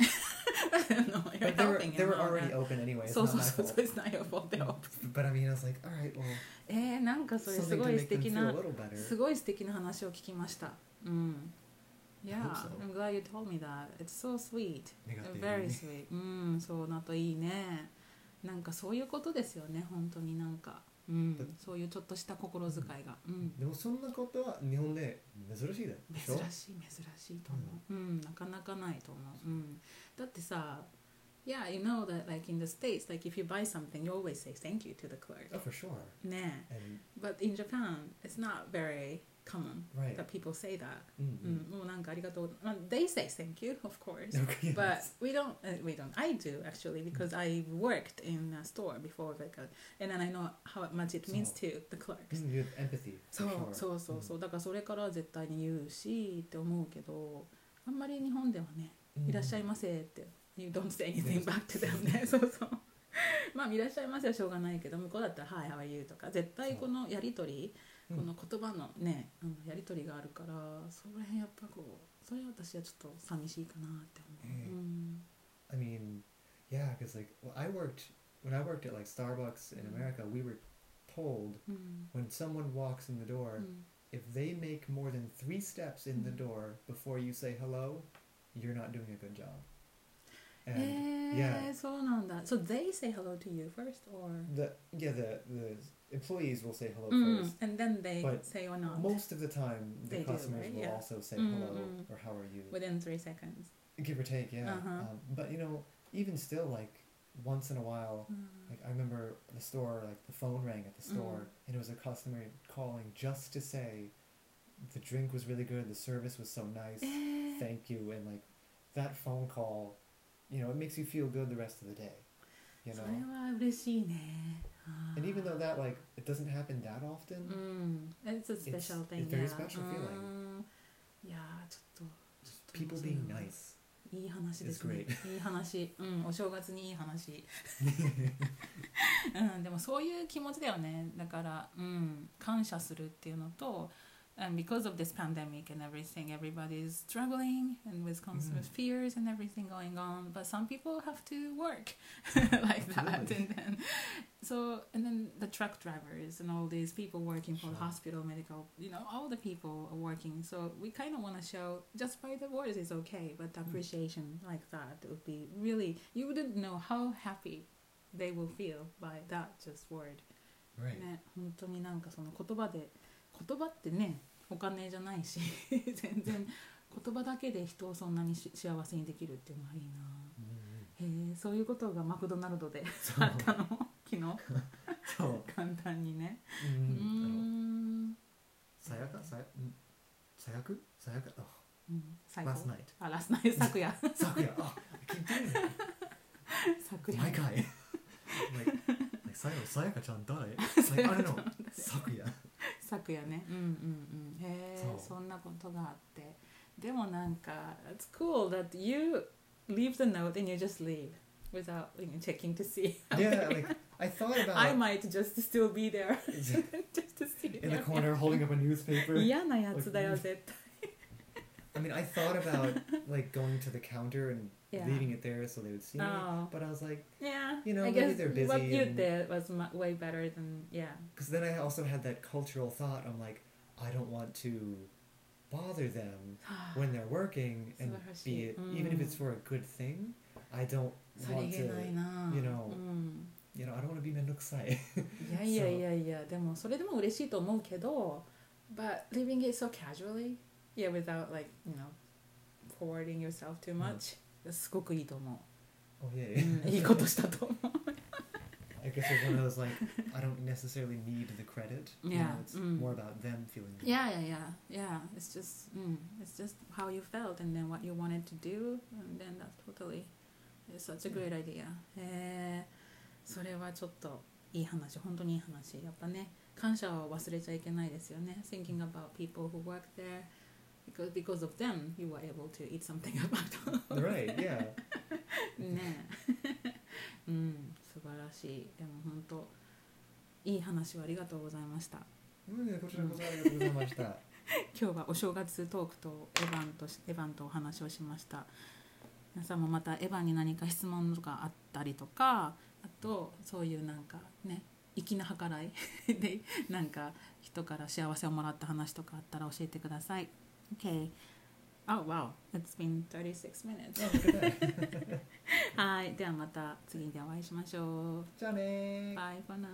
Speaker 1: No, you're
Speaker 2: but they were
Speaker 1: helping
Speaker 2: they
Speaker 1: him
Speaker 2: were
Speaker 1: out,
Speaker 2: already
Speaker 1: yeah.
Speaker 2: open anyway. It's
Speaker 1: そう
Speaker 2: not
Speaker 1: そうそ
Speaker 2: my
Speaker 1: うそ
Speaker 2: fault. Mm,
Speaker 1: う It's not your fault they're open
Speaker 2: But I mean, I was like, all right, well,
Speaker 1: えー、なんかそれす
Speaker 2: something
Speaker 1: ご
Speaker 2: to
Speaker 1: い
Speaker 2: make
Speaker 1: 素
Speaker 2: them
Speaker 1: 敵
Speaker 2: feel a
Speaker 1: な
Speaker 2: little better.
Speaker 1: すごい素敵な話を聞きましたうん Yeah,
Speaker 2: hope so.
Speaker 1: I'm glad you told me that. It's so sweet.
Speaker 2: 願っている
Speaker 1: Very
Speaker 2: ね
Speaker 1: sweet. うん、そうなといいね。なんかそういうことですよね、本当になんか。うん、そういうちょっとした心遣いが。うん、
Speaker 2: でもそんなことは日本で珍しいだでし
Speaker 1: 珍
Speaker 2: ょ
Speaker 1: しい珍しいと思う、うんなかなかないと思う、うん、だってさ Yeah, you know that like in the States, like if you buy something, you always say thank you to the clerk.
Speaker 2: Oh, for sure.
Speaker 1: ね
Speaker 2: And
Speaker 1: But in Japan, it's not very common
Speaker 2: right. Mm,
Speaker 1: that people say that.
Speaker 2: うんうん
Speaker 1: うん、もうなんかありがとう。まあ they say thank you, of course. Mm.
Speaker 2: Okay,
Speaker 1: But
Speaker 2: yes.
Speaker 1: we don't, uh, we don't. I do actually because I worked in a store before, like, uh, and then I know how much it means to the clerks.
Speaker 2: うん Mm, you have empathy.
Speaker 1: そう
Speaker 2: for sure.
Speaker 1: そうそうそうだからそれからは絶対に言うしって思うけどあんまり日本ではね「
Speaker 2: Mm.
Speaker 1: いらっしゃいませ」って「You don't say anything back to them ね」そうそうまあ「いらっしゃいませ」はしょうがないけど向こうだったら「はい how are you」とか絶対このやり取り
Speaker 2: うん
Speaker 1: この言葉のね、うん、やり取りがあるからそこら辺やっぱこうそれは私はちょっと寂しいかなって思う、
Speaker 2: ええ
Speaker 1: うん、
Speaker 2: I mean, yeah, because like well, I worked when I worked at like Starbucks in
Speaker 1: Mm.
Speaker 2: America, we were told
Speaker 1: うん、
Speaker 2: when someone walks in the
Speaker 1: う
Speaker 2: door,
Speaker 1: ん
Speaker 2: if they make more than three steps in the
Speaker 1: Mm.
Speaker 2: door before you say hello, you're not doing a good job.
Speaker 1: え
Speaker 2: And
Speaker 1: え
Speaker 2: yeah.
Speaker 1: そうなんだ So they say hello to you first or
Speaker 2: the yeah the the employees will say hello
Speaker 1: うん
Speaker 2: first.
Speaker 1: and then they
Speaker 2: But
Speaker 1: say or not
Speaker 2: Most of the time, the
Speaker 1: Mm. They do,
Speaker 2: customers
Speaker 1: right?
Speaker 2: will
Speaker 1: Yeah.
Speaker 2: also say
Speaker 1: Mm,
Speaker 2: hello
Speaker 1: mm.
Speaker 2: or how are you,
Speaker 1: within three seconds.
Speaker 2: give or take. Yeah.
Speaker 1: Uh-huh.
Speaker 2: Um, but you know, even still, like once in a while, Oh, Like I remember the store, like the phone rang at the store, and it was a customer calling just to say, the drink was really good, the service was so nice,
Speaker 1: えー
Speaker 2: thank you, and like that phone call, you know, it makes you feel good the rest of the day, you
Speaker 1: そ
Speaker 2: know.
Speaker 1: れは嬉しいね。あー
Speaker 2: And even though that like it doesn't happen that
Speaker 1: う
Speaker 2: often,
Speaker 1: ん、it's Mm, a special
Speaker 2: It's-
Speaker 1: thing.
Speaker 2: it's very
Speaker 1: yeah.
Speaker 2: special
Speaker 1: うんいやーちょっとちょっと
Speaker 2: people
Speaker 1: それは
Speaker 2: being nice.
Speaker 1: いい話ですね。いい話、うん、お正月にいい話。うん、でもそういう気持ちだよね。だから、うん、感謝するっていうのと。And because of this pandemic and everything, everybody is struggling and with constant
Speaker 2: Mhm.
Speaker 1: fears and everything going on. But some people have to work like that,
Speaker 2: Absolutely.
Speaker 1: and then so and then the truck drivers and all these people working for
Speaker 2: Sure.
Speaker 1: hospital, medical, you know, all the people are working. So we kind of want to show just by the words is okay, but appreciation like that would be really you wouldn't know how happy they will feel by that just word.
Speaker 2: Right.
Speaker 1: ね、本当になんかその言葉で言葉ってねお金じゃないし 全然言葉だけで人をそんなにし幸せにできるっていうのはいいな
Speaker 2: Mm.
Speaker 1: へえそういうことがマクドナルドで
Speaker 2: So,
Speaker 1: あったの昨日
Speaker 2: so
Speaker 1: 簡単にねう
Speaker 2: mm,
Speaker 1: ーん
Speaker 2: Sayaka? Say- mm, Sayaku? Sayaka? Oh,
Speaker 1: うん、最高
Speaker 2: last night.
Speaker 1: あラスナイ昨夜
Speaker 2: Sakuya. Oh, I keep doing that.
Speaker 1: 昨夜
Speaker 2: My guy. like, like Sayo, Sayaka-chan, dare? Like, I don't know. Sakuya.
Speaker 1: 昨夜ねうんうんうんへえ
Speaker 2: そ
Speaker 1: そんなことがあってでもなんか It's cool that you leave the note and you just leave without you know, checking to see
Speaker 2: Yeah, like, I thought about
Speaker 1: I might just still be there just to see
Speaker 2: in the
Speaker 1: them.
Speaker 2: corner holding up a newspaper.
Speaker 1: 嫌なやつだよ絶対
Speaker 2: I mean, I thought about, like, going to the counter and
Speaker 1: Yeah.
Speaker 2: leaving it there so they would see me.
Speaker 1: Oh.
Speaker 2: But I was like,
Speaker 1: Yeah
Speaker 2: You know,
Speaker 1: I
Speaker 2: maybe
Speaker 1: guess
Speaker 2: they're busy
Speaker 1: what you
Speaker 2: and-
Speaker 1: did was mu- way better than yeah
Speaker 2: because then I also had that cultural thought. I'm like, I don't want to bother them when they're working, and be it,
Speaker 1: Mm.
Speaker 2: even if it's for a good thing, I don't
Speaker 1: さり
Speaker 2: want
Speaker 1: げない
Speaker 2: to.
Speaker 1: な
Speaker 2: you know
Speaker 1: うん、
Speaker 2: You know, I don't want to be mendokusai.
Speaker 1: いやいやいやいやでもそれでも嬉しいと思うけど but living it so casually yeah without like you know forwarding yourself too much、すごくいいと思
Speaker 2: oh
Speaker 1: う、
Speaker 2: yeah.
Speaker 1: うん、いいことしたと思う
Speaker 2: I guess it's one of those like I don't necessarily need the credit. You
Speaker 1: Yeah,
Speaker 2: know, it's
Speaker 1: mm.
Speaker 2: more about them feeling. good.
Speaker 1: yeah yeah yeah yeah it's just、mm, it's just how you felt and then what you wanted to do and then that's totally it's such a great idea へえそれはちょっといい話本当にいい話やっぱね感謝を忘れちゃいけないですよね thinking about people who work there because because of them you were able to eat something about
Speaker 2: Right. Yeah.
Speaker 1: ねえ うん素晴らしいでも本当いい話をありがとうございました
Speaker 2: Mm, こちらこそありがとうございました。
Speaker 1: 今日はお正月トークとエヴァンとしエヴァンとお話をしました皆さんもまたエヴァンに何か質問とかあったりとかあとそういうなんかね粋な計らい でなんか人から幸せをもらった話とかあったら教えてください OK Oh wow it's been 36 minutes はいではまた次でお会いしましょう
Speaker 2: じゃあねー。
Speaker 1: Bye for now